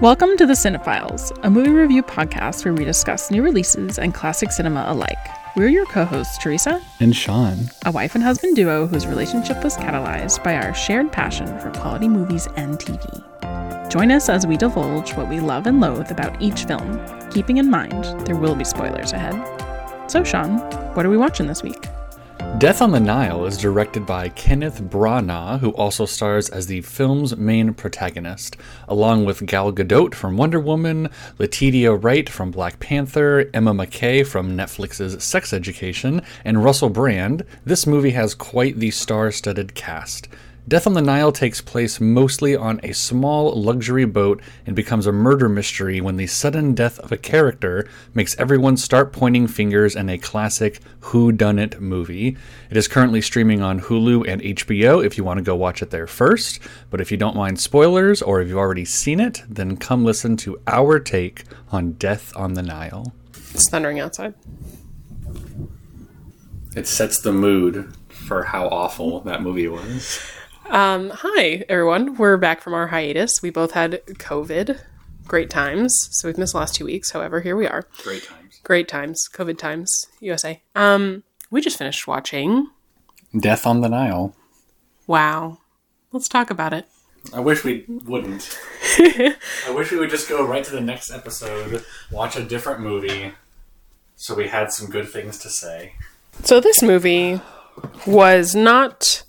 Welcome to The Cinephiles, a movie review podcast where we discuss new releases and classic cinema alike. We're your co hosts, Teresa, and Sean. a wife and husband duo whose relationship was catalyzed by our shared passion for quality movies and TV. Join us as we divulge what we love and loathe about each film, keeping in mind there will be spoilers ahead. So, Sean, what are we watching this week? Death on the Nile is directed by Kenneth Branagh, who also stars as the film's main protagonist, along with Gal Gadot from Wonder Woman, Letitia Wright from Black Panther, Emma McKay from Netflix's Sex Education, and Russell Brand. This movie has quite the star-studded cast. Death on the Nile takes place mostly on a small luxury boat and becomes a murder mystery when the sudden death of a character makes everyone start pointing fingers in a classic Who Done It movie. It is currently streaming on Hulu and HBO if you want to go watch it there first, but if you don't mind spoilers or if you've already seen it, then come listen to our take on Death on the Nile. It's thundering outside. It sets the mood for how awful that movie was. Um, hi, everyone. We're back from our hiatus. We both had COVID. Great times. So we've missed the last two weeks. However, here we are. Great times. Great times. COVID times. USA. Um, we just finished watching. Death on the Nile. Wow. Let's talk about it. I wish we wouldn't. I wish we would just go right to the next episode, watch a different movie, so we had some good things to say. So this movie was not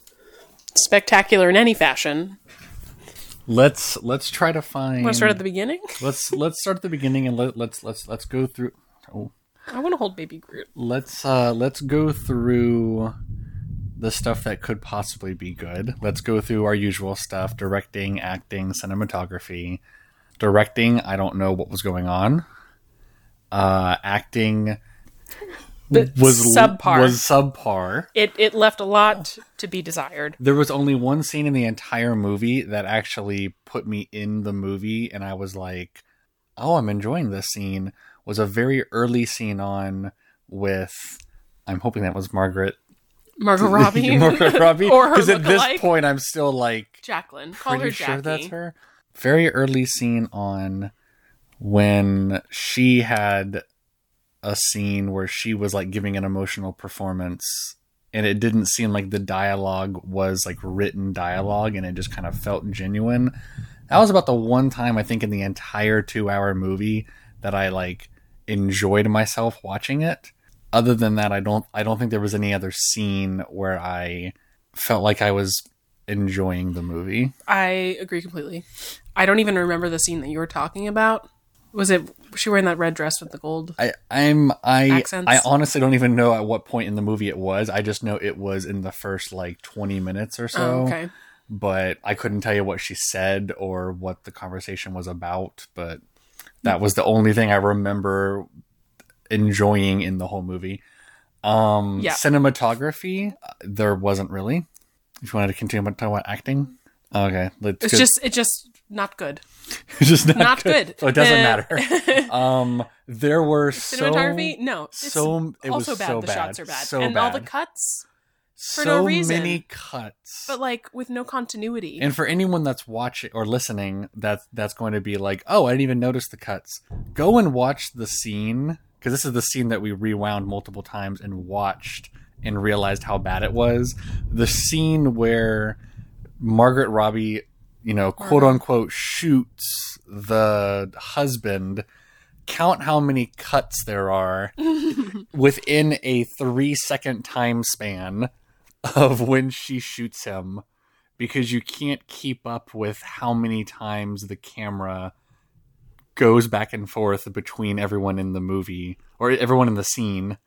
spectacular in any fashion. Let's let's try to find Want to start at the beginning? let's let's start at the beginning and let, let's let's let's go through oh, I want to hold Baby Groot. let's uh let's go through the stuff that could possibly be good let's go through our usual stuff directing acting cinematography directing i don't know what was going on uh acting But was subpar. was subpar It it left a lot to be desired. there was only one scene in the entire movie that actually put me in the movie and i was like oh i'm enjoying this scene was a very early scene on with i'm hoping that was margaret Margot Robbie, margaret robbie Or her because at this lookalike. point i'm still like Jacqueline. Call her pretty Jackie. sure that's her very early scene on when she had a scene where she was like giving an emotional performance and it didn't seem like the dialogue was like written dialogue and it just kind of felt genuine that was about the one time i think in the entire two hour movie that i like enjoyed myself watching it other than that i don't i don't think there was any other scene where i felt like i was enjoying the movie I agree completely. I don't even remember the scene that you were talking about. Was it was she wearing that red dress with the gold? I, I'm I Accents. I honestly don't even know at what point in the movie it was. I just know it was in the first like 20 minutes or so. Oh, okay. But I couldn't tell you what she said or what the conversation was about. But that was the only thing I remember enjoying in the whole movie. Um, Yeah. Cinematography, uh, there wasn't really. If you wanted to continue talking about acting, okay, let's It's go- just it's just not good. it's just not, not good. So it doesn't Uh, matter. um, there were Cinematography? so no. It's so it also was bad. so the bad. shots are bad. So and all the bad. cuts, so no reason. many cuts. but like with no continuity. and for anyone that's watching or listening, that's that's going to be like, oh, I didn't even notice the cuts. Go and watch the scene because this is the scene that we rewound multiple times and watched and realized how bad it was. The scene where Margaret Robbie, you know, quote unquote, shoots the husband. Count how many cuts there are within a three second time span of when she shoots him because you can't keep up with how many times the camera goes back and forth between everyone in the movie or everyone in the scene.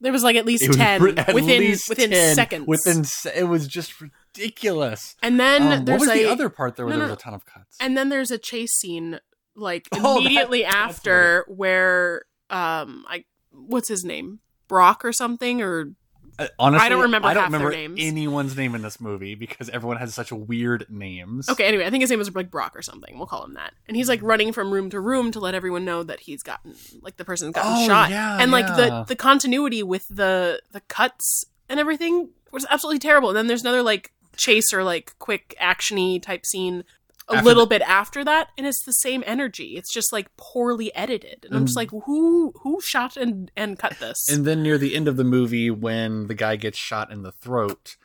there was like at least It was ten ri- at within least within 10, seconds. Within se- it was just ridiculous. and then Um, what there's was a the other part there where no, there no, was a ton of cuts? and then there's a chase scene like Oh, that- immediately that's what it- after where um I what's his name? Brock or something or Uh, honestly, I don't remember I don't half their remember names. anyone's name in this movie because everyone has such weird names. Okay, anyway, I think his name was like Brock or something. We'll call him that. And he's like Mm. running from room to room to let everyone know that he's gotten like the person's gotten Oh, shot. yeah, and like yeah. the the continuity with the the cuts and everything was absolutely terrible. And then there's another like chase or like quick actiony type scene a After little bit after that, and it's the same energy. It's just like poorly edited, and I'm Mm. just like, who who shot and and cut this? And then near the end of the movie, when the guy gets shot in the throat,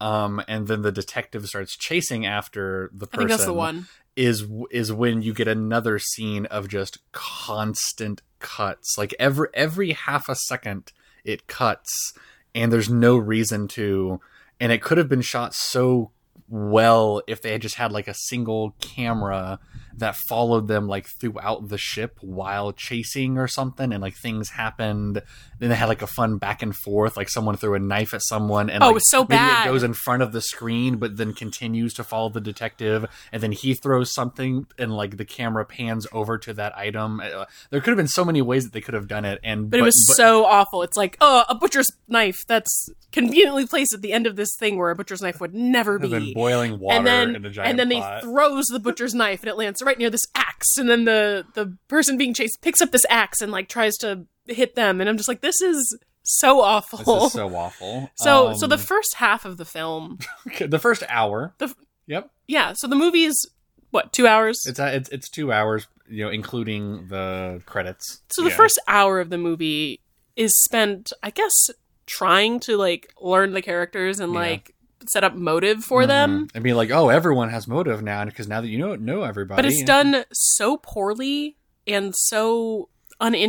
um, and then the detective starts chasing after I the person. think that's the one. Is is when you get another scene of just constant cuts. Like every every half a second, it cuts, and there's no reason to. And it could have been shot so well if they had just had like a single camera that followed them like throughout the ship while chasing or something and like things happened then they had like a fun back and forth like someone threw a knife at someone and Oh, like, it's so maybe bad. it goes in front of the screen but then continues to follow the detective and then he throws something and like the camera pans over to that item Uh, there could have been so many ways that they could have done it and But, it was so awful. It's like, oh, a butcher's knife that's conveniently placed at the end of this thing where a butcher's knife would never and then be. boiling water and then in a giant and then he pot. throws the butcher's knife and it lands right near this axe and then the the person being chased picks up this axe and like tries to hit them and i'm just like this is so awful this is so awful so so the Um, first half of the film the first hour The f- yep yeah so the movie is what two hours It's uh, it's it's two hours, you know, including the credits. so the Yeah. first hour of the movie is spent i guess trying to like learn the characters and Yeah. like set up motive for them Mhm. and be like, oh, everyone has motive now, because now that you know know everybody, but it's done so poorly and so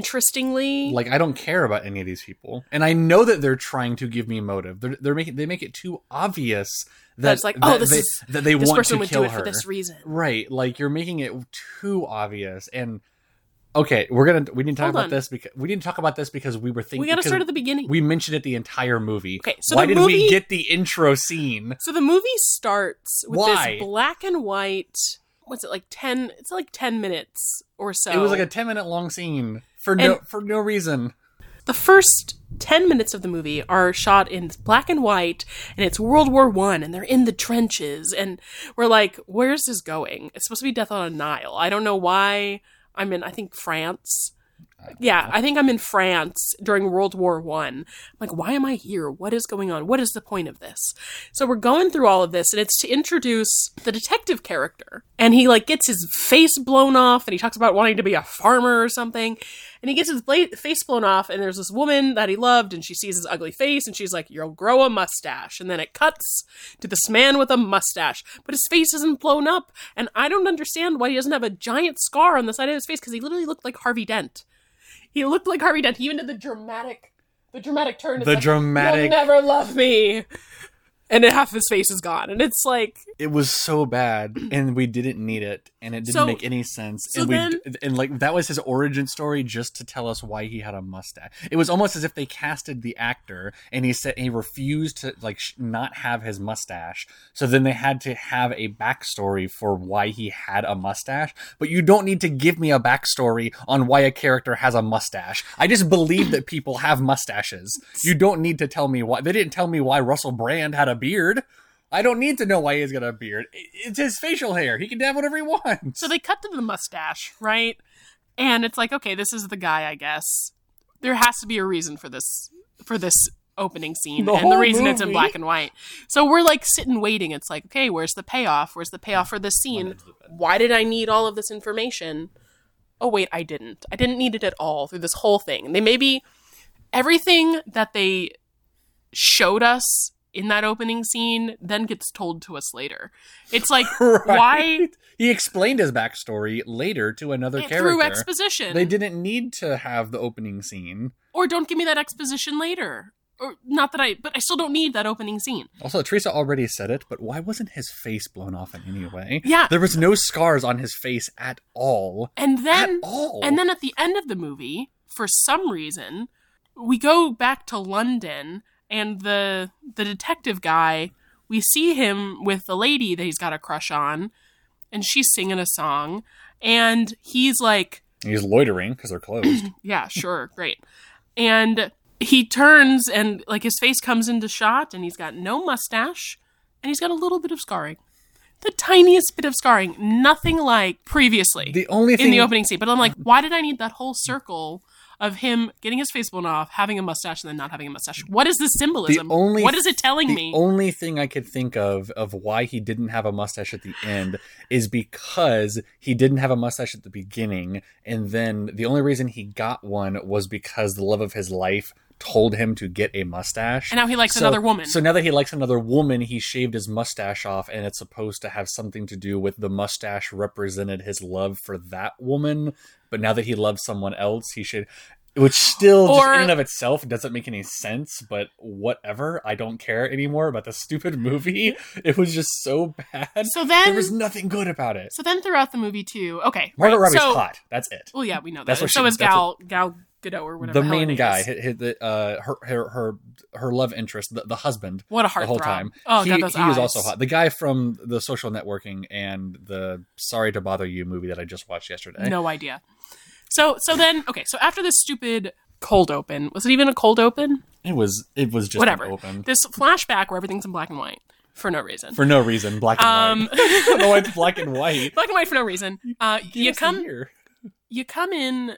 uninterestingly Like I don't care about any of these people, and I know that they're trying to give me motive. They're, they're making they make it too obvious that That's like, oh, that this they, is- that they this want person to would kill do it her. for this reason Right, like you're making it too obvious. And okay, we're gonna we didn't talk Hold about on. this because we didn't talk about this because we were thinking we got to because start at the beginning. We mentioned it the entire movie. Okay, so why the did we movie- get the intro scene? so the movie starts with Why? this black and white. What's it like? Ten? It's like ten minutes or so. It was like a ten minute long scene for no And- for no reason. the first ten minutes of the movie are shot in black and white, and it's World War One, and they're in the trenches, and we're like, "Where's this going?" It's supposed to be Death on a Nile. I don't know why. I'm in. I think France. Yeah, I think I'm in France during World War One. Like, why am I here? What is going on? What is the point of this? So we're going through all of this, and it's to introduce the detective character, and he like gets his face blown off, and he talks about wanting to be a farmer or something, and he gets his bla- face blown off, and there's this woman that he loved, and she sees his ugly face, and she's like, "You'll grow a mustache," and then it cuts to this man with a mustache, but his face isn't blown up, and I don't understand why he doesn't have a giant scar on the side of his face because he literally looked like Harvey Dent. He looked like Harvey Dent. He even did the dramatic, the dramatic turn. It's The like, dramatic- You'll never love me, and then half his face is gone, and it's like It was so bad, and we didn't need it, and it didn't So- make any sense. so and we then- and like that was his origin story, just to tell us why he had a mustache. It was almost as if they casted the actor, and he said he refused to like sh- not have his mustache. So then they had to have a backstory for why he had a mustache. But you don't need to give me a backstory on why a character has a mustache. I just believe that people have mustaches. You don't need to tell me why. They didn't tell me why Russell Brand had a beard. I don't need to know why he's got a beard. I- It's his facial hair. He can have whatever he wants. So they cut to the mustache, right? And it's like, okay, this is the guy, I guess. There has to be a reason for this for this opening scene, The and the whole reason it's in movie. black and white. So we're like sitting waiting. It's like, okay, where's the payoff? Where's the payoff for this scene? Why did I need all of this information? Oh wait, I didn't. I didn't need it at all through this whole thing. And they maybe everything that they showed us in that opening scene then gets told to us later. It's like Right. why he explained his backstory later to another it- character. through exposition. They didn't need to have the opening scene. Or don't give me that exposition later. Or not that I, but I still don't need that opening scene. Also, Teresa already said it, but why wasn't his face blown off in any way? Yeah. there was no scars on his face at all. And then, all. and then at the end of the movie, for some reason, we go back to London, and the the detective guy, we see him with the lady that he's got a crush on, and she's singing a song, and he's like, He's loitering because they're closed. yeah, sure, great. And he turns and like his face comes into shot and he's got no mustache and he's got a little bit of scarring. The tiniest bit of scarring, nothing like previously the only thing in the opening scene. But I'm like, why did I need that whole circle of him getting his face blown off, having a mustache, and then not having a mustache. What is this symbolism? The only- what is it telling the me? only thing I could think of of why he didn't have a mustache at the end is because he didn't have a mustache at the beginning, and then the only reason he got one was because the love of his life told him to get a mustache. And now he likes another woman. So now that he likes another woman, he shaved his mustache off, and it's supposed to have something to do with the mustache represented his love for that woman. But now that he loves someone else, he should. Which still, Or- just in and of itself, doesn't make any sense. But whatever, I don't care anymore about the stupid movie. It was just so bad. so then, there was nothing good about it. so then throughout the movie too. Okay, Margaret right, Robbie's so, hot. That's it. Well, yeah, we know that. That's And what so she- is that's Gal Gal Gadot or whatever. The the hell her main name guy, is. hi- hi- the, uh, her, her her her love interest, the, the husband. What a the heartthrob. whole time. Oh he, god, those he eyes. is also hot. The guy from the social networking and the Sorry to Bother You movie that I just watched yesterday. No idea. So so then okay, so after this stupid cold open, was it even a cold open? It was it was just Whatever. open This flashback where everything's in black and white for no reason. for no reason, black and um white. I don't know why it's black and white. black and white for no reason. Uh Give you us a come year. you come in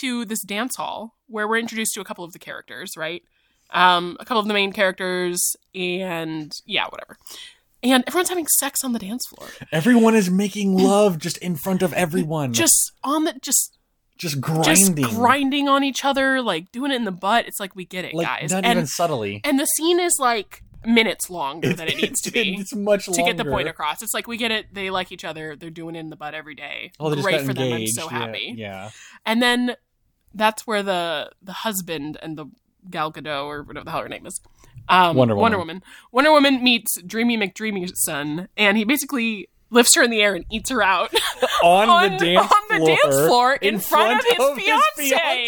to this dance hall where we're introduced to a couple of the characters, right? Um, a couple of the main characters, and yeah, whatever. And everyone's having sex on the dance floor, Everyone is making love just in front of everyone. just on the just just grinding, just grinding on each other, like doing it in the butt. It's like we get it, like guys. not and even subtly. and the scene is like minutes longer than it needs to be It's much to get the longer. point across. It's like we get it. They like each other. They're doing it in the butt every day. Oh, they just Great got for them. I'm engaged. so Yeah, happy. Yeah, And then that's where the the husband and the Gal Gadot or whatever the hell her name is, um, Wonder Woman. Wonder Woman. Wonder Woman meets Dreamy McDreamy's son, and he basically lifts her in the air and eats her out On, on, the dance on the floor, dance floor in, front, of his his fiance.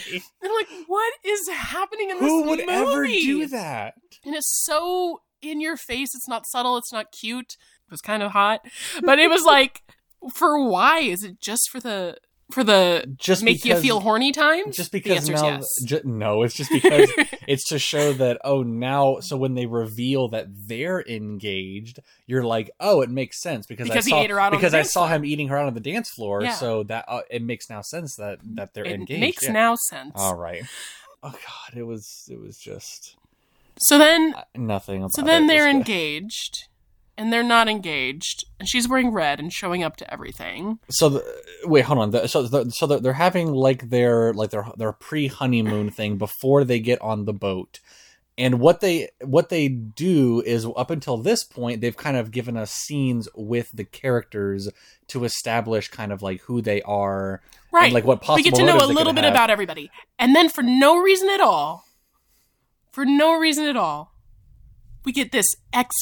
fiance. And like, what is happening in Who this would movie? ever do that? And it's so in your face. It's not subtle. It's not cute. It was kind of hot, but it was like, for why? Is it just for the for the Just make you because- feel horny times? Just the because answer now, is yes. ju- no, it's just because it's to show that oh now so when they reveal that they're engaged, you're like oh it makes sense because Because he I saw ate her out on the because I dance saw him eating her out on the dance floor, Yeah. so that uh, it makes now sense that that they're it engaged. makes yeah. now sense. all right. Oh god, it was it was just So then, uh, nothing. About so then it was they're good. engaged, and they're not engaged, and she's wearing red and showing up to everything. so the, wait hold on the, so the, so they're- they're having like their like their their pre honeymoon thing before they get on the boat and what they what they do is up until this point they've kind of given us scenes with the characters to establish kind of like who they are Right. and like what possible we get to know motives a they could little bit have. about everybody, and then for no reason at all, for no reason at all, we get this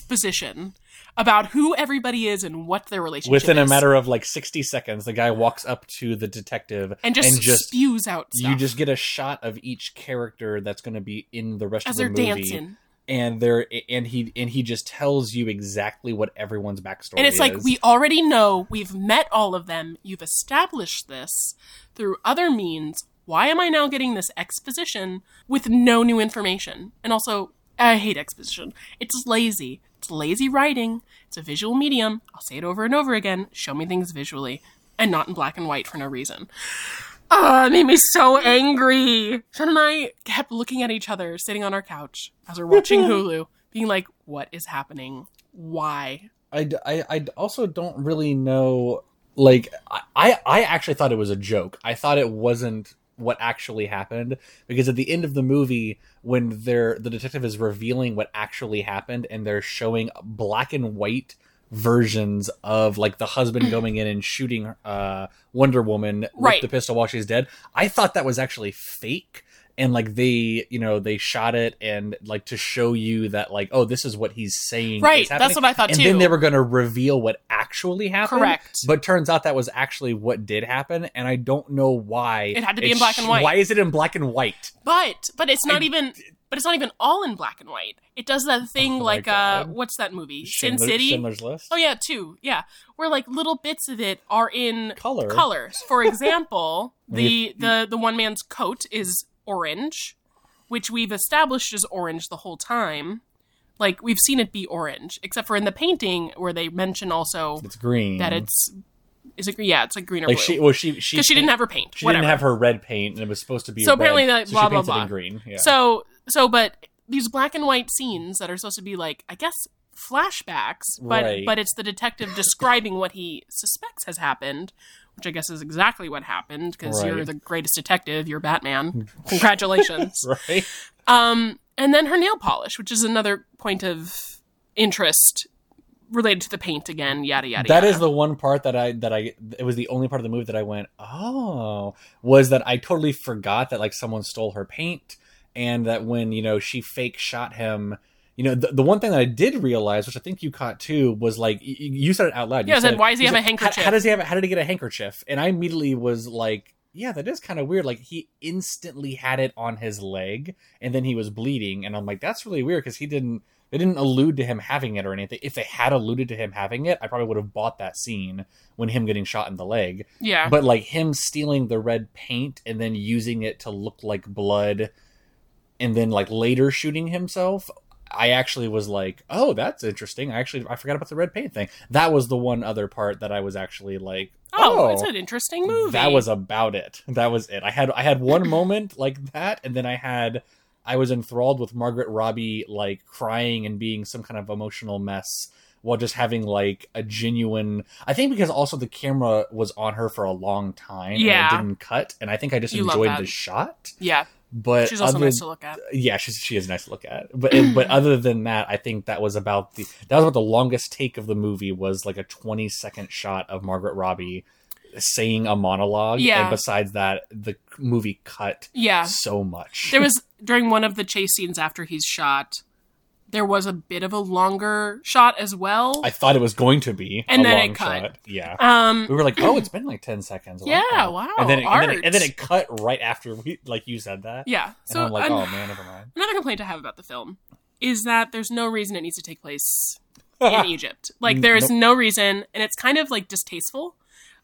exposition about who everybody is and what their relationship within is, a matter of like 60 seconds the guy walks up to the detective and just, spews out stuff you just get a shot of each character that's going to be in the rest as of the they're movie dancing. and there and he and he just tells you exactly what everyone's backstory And it's like, is. we already know, we've met all of them, you've established this through other means. Why am I now getting this exposition with no new information? And also, I hate exposition. It's lazy. It's lazy writing. It's a visual medium. I'll say it over and over again. Show me things visually and not in black and white for no reason. Oh, it made me so angry. Sean and I kept looking at each other, sitting on our couch as we're watching Hulu, being like, what is happening? Why? I, d- I- I d- also don't really know like I- I I actually thought it was a joke. I thought it wasn't what actually happened because at the end of the movie when they're the detective is revealing what actually happened and they're showing black and white versions of like the husband going in and shooting uh Wonder Woman Right. with the pistol while she's dead. I thought that was actually fake and like they you know they shot it and like to show you that like oh this is what he's saying Right, is that's happening. what I thought and too. then they were going to reveal what actually happened Correct. but turns out that was actually what did happen and i don't know why It had to be it's in black and sh- white. why is it in black and white But but it's not I- Oh even but it's not even all in black and white. It does that thing my like uh God. what's that movie? Sin Schindler- City. Schindler's list Oh yeah, two. Yeah. Where like little bits of it are in color colors. For example, the the the one man's coat is orange, which we've established is orange the whole time. Like we've seen it be orange, except for in the painting where they mention also it's green that it's Is it? gre- Yeah, it's like green or Like blue. she, well, she she because she didn't paint- have her paint. she whatever. didn't have her red paint, and it was supposed to be So red, apparently that- so blah, she blah, painted blah. in green. Yeah. So so, but these black and white scenes that are supposed to be like, I guess flashbacks, but Right. but it's the detective describing what he suspects has happened, which I guess is exactly what happened because you're Right. the greatest detective, you're Batman. Congratulations. right. Um, and then her nail polish, which is another point of interest related to the paint again. Yada yada. That yada. is the one part that I that I it was the only part of the movie that I went oh was that I totally forgot that like someone stole her paint and that when you know she fake shot him you know the, the one thing that I did realize which I think you caught too was like you, you said it out loud You Yeah, I said, "Why does he you have a said, "How- handkerchief?" how does he have a- how did he get a handkerchief and I immediately was like yeah that is kind of weird like he instantly had it on his leg and then he was bleeding and I'm like that's really weird because he didn't they didn't allude to him having it or anything. If they had alluded to him having it, I probably would have bought that scene when him getting shot in the leg. yeah. But like him stealing the red paint and then using it to look like blood and then like later shooting himself, I actually was like, "Oh, that's interesting." I actually I forgot about the red paint thing. That was the one other part that I was actually like, oh, "Oh, it's an interesting movie. that was about it. That was it. I had I had one moment like that, and then I had I was enthralled with Margaret Robbie like crying and being some kind of emotional mess while just having like a genuine I think because also the camera was on her for a long time Yeah. and it didn't cut and I think I just You love enjoyed that. the shot. yeah. But She's also other- nice to look at. yeah, she's, she is nice to look at. But but other than that, I think that was about the that was about the longest take of the movie was like a twenty second shot of Margaret Robbie saying a monologue. Yeah. And besides that, the movie cut Yeah. so much. there was during one of the chase scenes after he's shot there was a bit of a longer shot as well I thought it was going to be And a then it long cut. shot. Yeah. um We were like, oh, it's been like ten seconds. Yeah, wow, And then it, and then, art. it, and then it cut right after we, like you said that. yeah And so um, I'm like, an- oh man, never mind. another complaint i have about the film is that there's no reason it needs to take place in egypt like there is no reason and it's kind of like distasteful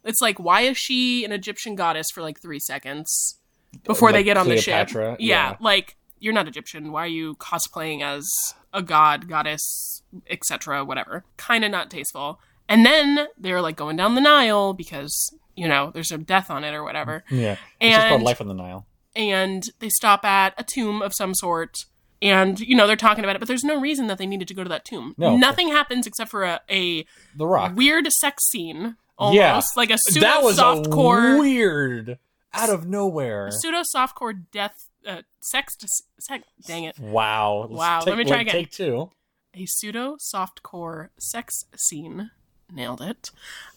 it's like why is she an egyptian goddess for like three seconds before they Like get on the Cleopatra, ship yeah, yeah. like you're not egyptian why are you cosplaying as a god goddess etc whatever kind of not tasteful and then they're like going down the nile because you know there's a death on it or whatever Yeah. It's just called And- Life on the Nile. and they stop at a tomb of some sort and you know they're talking about it but there's no reason that they needed to go to that tomb No, of nothing happens except for a, a The Rock. weird sex scene almost Yeah. like a pseudo that was soft a core weird out of nowhere. pseudo soft core death uh, sex dis- sex dang it Wow. Let's Wow, Take, let me try wait, again. Take two. a pseudo soft core sex scene nailed it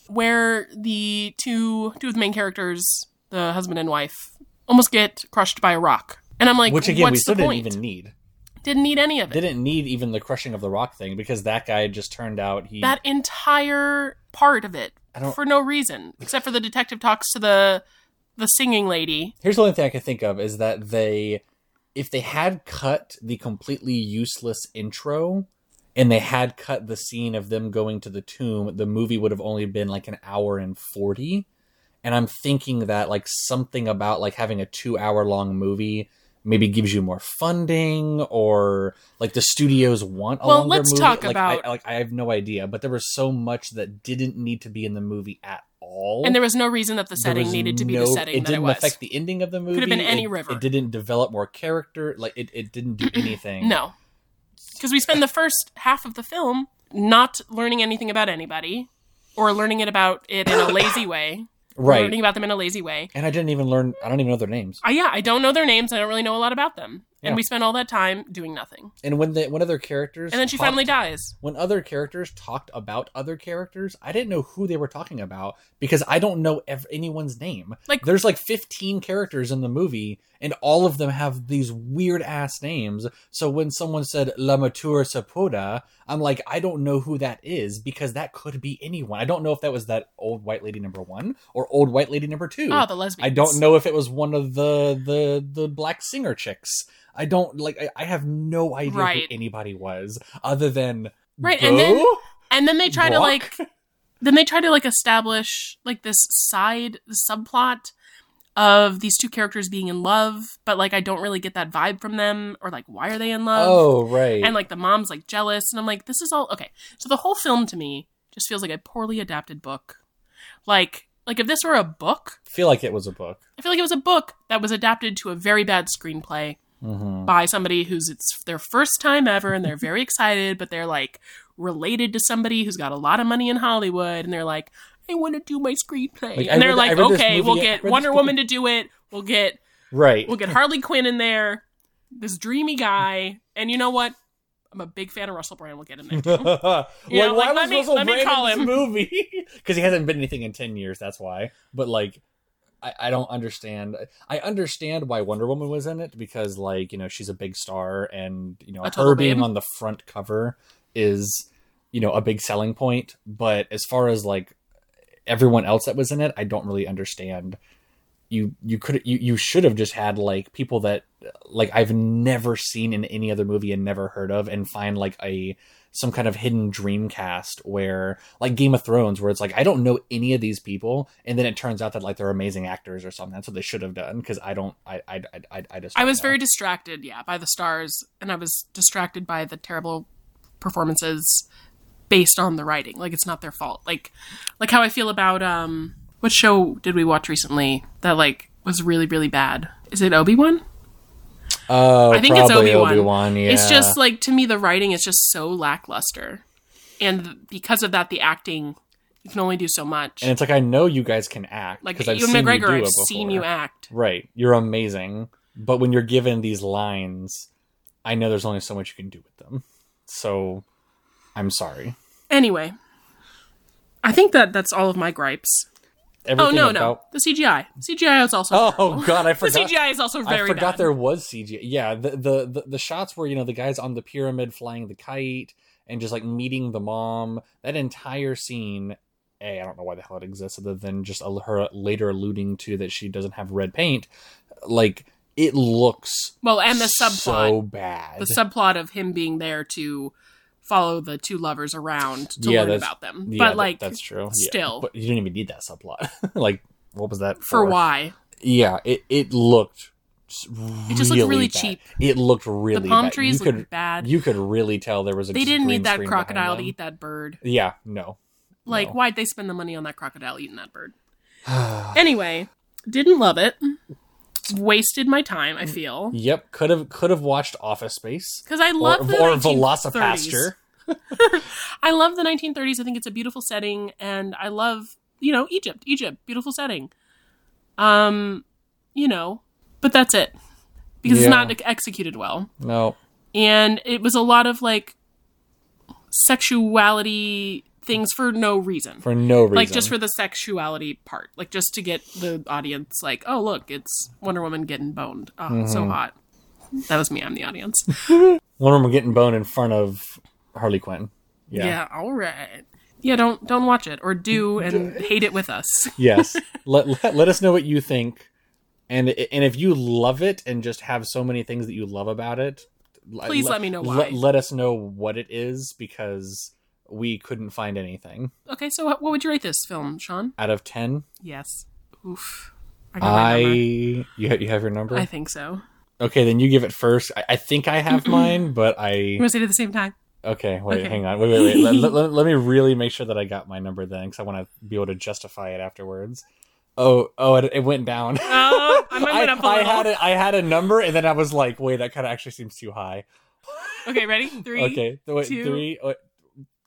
where the two two of the main characters the husband and wife almost get crushed by a rock and i'm like Which again, what's we still the didn't point even need. didn't need any of it Didn't need even the crushing of the rock thing because that guy just turned out he. that entire part of it I don't- for no reason except for the detective talks to the the singing lady Here's the only thing I can think of is that they, if they had cut the completely useless intro, and they had cut the scene of them going to the tomb, the movie would have only been like an hour and forty. And I'm thinking that like something about like having a two hour long movie maybe gives you more funding or like the studios want a Well, longer let's movie. talk like, about- I, like I have no idea, but there was so much that didn't need to be in the movie at all and there was no reason that the setting was needed to be no- the setting it that it didn't was affect the ending of the movie. have been any it, river. It didn't develop more character. Like it, it didn't do anything. no because we spend the first half of the film not learning anything about anybody or learning it about it in a lazy way or right. learning about them in a lazy way And I didn't even learn. I don't even know their names. I, yeah i don't know their names i don't really know a lot about them Yeah. and we spend all that time doing nothing And when the when other characters and then she talked- finally dies When other characters talked about other characters, I didn't know who they were talking about because I don't know ev- anyone's name. Like- there's like 15 characters in the movie, and all of them have these weird ass names. So when someone said La Mature Sapuda, I'm like, I don't know who that is because that could be anyone. I don't know if that was that old white lady number one or old white lady number two. oh the lesbian I don't know if it was one of the the the black singer chicks. I don't like. I, I have no idea Right. who anybody was other than Right, and Bo? then- um, and then they try to like Block? then they try to like establish like this side subplot of these two characters being in love but like i don't really get that vibe from them or like why are they in love oh right, and like the mom's like jealous and i'm like this is all okay so the whole film to me just feels like a poorly adapted book like Like if this were a book, feel like it was a book. I feel like it was a book that was adapted to a very bad screenplay Mm-hmm. by somebody who's it's their first time ever and they're very excited, but they're like related to somebody who's got a lot of money in Hollywood and they're like, I want to do my screenplay. Like, I and they're read- I like, read this okay, movie- we'll I get read this Wonder movie." Woman to do it. We'll get Right. we'll get Harley Quinn in there, this dreamy guy, and you know what? I'm a big fan of Russell Brand. We'll get in there. Too. well, You know, why like, let was me- Russell let me Brand call in him. this movie? Because he hasn't been anything in ten years. That's why. But like, I, I don't understand. I understand why Wonder Woman was in it because like you know she's a big star and you know A total her being babe. on the front cover is you know a big selling point. But as far as like everyone else that was in it, I don't really understand. You you could you you should have just had like people that like I've never seen in any other movie and never heard of and find like a some kind of hidden dream cast where like Game of Thrones where it's like I don't know any of these people and then it turns out that like they're amazing actors or something. That's what they should have done because I don't I I I- I, I just I don't was know. very distracted, yeah, by the stars, and I was distracted by the terrible performances based on the writing. Like it's not their fault. Like like how I feel about um what show did we watch recently that like was really really bad? Is it Obi Wan? oh I think it's probably Obi-Wan. Obi-Wan, yeah. It's just like to me the writing is just so lackluster, and because of that the acting you can only do so much. and it's like I know you guys can act like 'cause I've Ewan seen you McGregor, do I've it seen before. you act. Right. You're amazing. But when you're given these lines, I know there's only so much you can do with them. So I'm sorry. Anyway, I think that that's all of my gripes. Oh Everything no, about- no, the CGI. CGI is also Oh god, I the forgot. CGI is also I very forgot bad. there was CGI. Yeah, the, the the the shots where you know the guys on the pyramid flying the kite and just like meeting the mom. That entire scene, a I don't know why the hell it exists other than just a, her later alluding to that she doesn't have red paint. Like it looks well, and the so subplot, bad. the subplot of him being there to follow the two lovers around to Yeah, learn that's- about them, Yeah, but that- like that's true. Yeah. still. but you didn't even need that subplot. like, what was that for why? Yeah, it it looked. It just looked really cheap. It looked really. the palm bad. trees You looked could bad. you could really tell there was a. they didn't green need that screen crocodile behind to them. eat that bird. Yeah, no. Like, No. why'd they spend the money on that crocodile eating that bird? Ah. anyway, didn't love it. Wasted my time. I feel Yep, could have could have watched Office Space because I Mm. or, love the or 1930s. Velocipaster. I love the 1930s. I think it's a beautiful setting, and I love you know Egypt. Egypt, beautiful setting. Um, you know, but that's it because Yeah. it's not like, executed well, No, and it was a lot of like sexuality things for no reason. for no reason. like just for the sexuality part, like just to get the audience like, oh look, it's Wonder Woman getting boned. Oh, so Mm-hmm. hot. That was me. I'm the audience. one of them getting bone in front of Harley Quinn. Yeah. Yeah. all right. Yeah, don't don't watch it or do and hate it with us. yes let, let let us know what you think and and if you love it and just have so many things that you love about it l- Please let me know why. let, let us know what it is because we couldn't find anything Okay, so what what would you rate this film, Sean? out of 10 Yes. Oof. I got my i number. you, ha- you have your number I think so. okay then you give it first i, I think i have mine but You i want to say it at the same time? okay wait Okay. hang on wait wait wait let, let- let- let me really make sure that i got my number then because i want to be able to justify it afterwards oh oh it, it went down Oh, I might I, went up a I little. had a, I had a number, and then I was like, "Wait, that kind of actually seems too high." Okay, ready? Three. okay, th- wait, two- three. wait,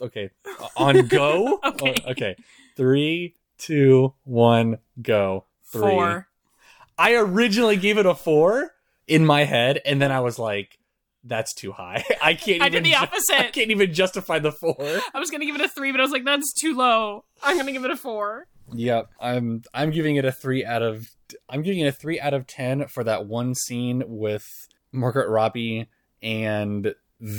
okay, O- on go. Okay. O- okay, three, two, one, go. Three. Four. I originally gave it a four in my head, and then I was like, "That's too high. I can't." I even did the ju- I opposite. can't even justify the four. I was gonna give it a three, but I was like, that's too low. I'm gonna give it a four. Yep, I'm I'm giving it a three out of I'm giving it a three out of ten for that one scene with Margaret Robbie and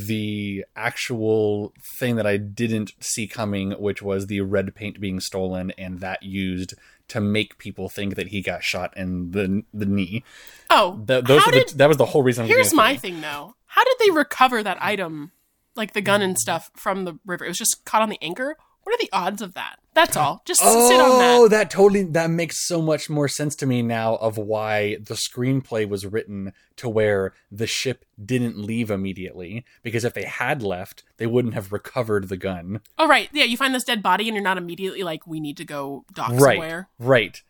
the actual thing that I didn't see coming, which was the red paint being stolen and that used to make people think that he got shot in the the knee. Oh, Th- those how are the, did that was the whole reason. I'm giving Here's it a three. my thing though. How did they recover that item, like the gun and stuff, from the river? It was just caught on the anchor. What are the odds of that? That's all. Just sit on Oh, that. that totally that makes so much more sense to me now of why the screenplay was written to where the ship didn't leave immediately because if they had left, they wouldn't have recovered the gun. Oh, right. Yeah, you find this dead body and you're not immediately like, we need to go dock right. somewhere. Right.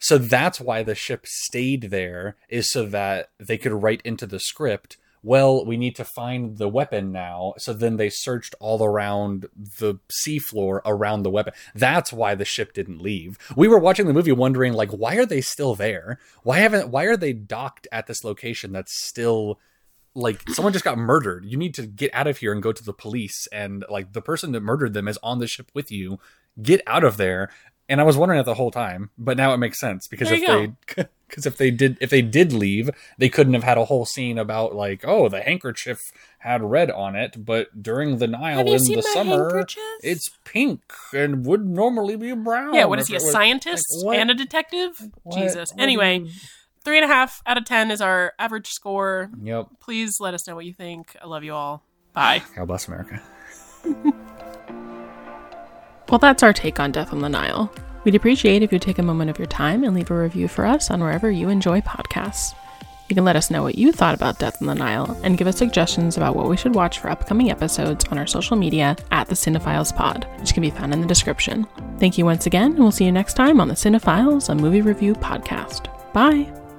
So that's why the ship stayed there is so that they could write into the script, well, we need to find the weapon now. So then they searched all around the seafloor around the weapon. That's why the ship didn't leave. We were watching the movie wondering like why are they still there? Why haven't why are they docked at this location that's still like someone just got murdered. You need to get out of here and go to the police. And like the person that murdered them is on the ship with you. Get out of there. And I was wondering that the whole time, but now it makes sense because There if you they because if they did if they did leave, they couldn't have had a whole scene about like oh the handkerchief had red on it, but during the Nile Have you in seen the my summer handkerchief? it's pink and would normally be brown. Yeah, what is if he, a it was- scientist Oh, like, what- and a detective? what- Jesus. what do Anyway, you- three and a half out of ten is our average score. Yep. Please let us know what you think. I love you all. Bye. God bless America. Well, that's our take on Death on the Nile. We'd appreciate if you take a moment of your time and leave a review for us on wherever you enjoy podcasts. You can let us know what you thought about Death on the Nile and give us suggestions about what we should watch for upcoming episodes on our social media at the Cinephiles Pod, which can be found in the description. Thank you once again, and we'll see you next time on the Cinephiles, a movie review podcast. Bye!